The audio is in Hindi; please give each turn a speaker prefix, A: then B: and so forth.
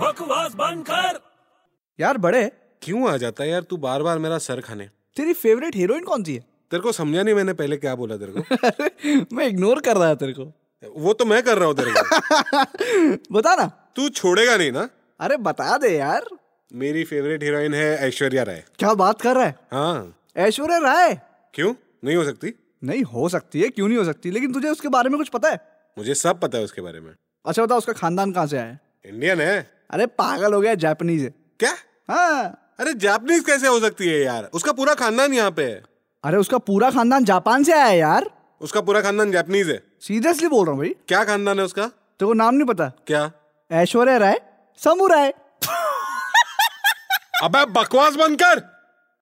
A: बकवास बंद कर
B: यार बड़े
C: क्यों आ जाता है यार तू बार बार मेरा सर खाने
B: तेरी फेवरेट हीरोइन कौन सी है
C: तेरे को समझा नहीं मैंने पहले क्या बोला तेरे
B: अरे मैं इग्नोर कर रहा तेरे को
C: को वो तो मैं कर रहा हूँ तेरे को
B: बता ना
C: तू छोड़ेगा नहीं ना
B: अरे बता दे यार
C: मेरी फेवरेट हीरोइन है ऐश्वर्या राय
B: क्या बात कर रहा है
C: हाँ
B: ऐश्वर्या राय
C: क्यों नहीं हो सकती
B: नहीं हो सकती है क्यों नहीं हो सकती लेकिन तुझे उसके बारे में कुछ पता है
C: मुझे सब पता है उसके बारे में
B: अच्छा बता उसका खानदान कहाँ से आया है
C: इंडियन है
B: अरे पागल हो गया जापानीज है
C: क्या
B: हाँ
C: अरे जापानीज कैसे हो सकती है यार उसका पूरा खानदान यहाँ पे है
B: अरे उसका पूरा खानदान जापान से आया है यार
C: उसका पूरा खानदान जापानीज है
B: सीरियसली बोल रहा हूँ भाई
C: क्या खानदान है उसका
B: तेरे को नाम नहीं पता
C: क्या
B: ऐश्वर्या राय समू राय
C: अबे बकवास बंद कर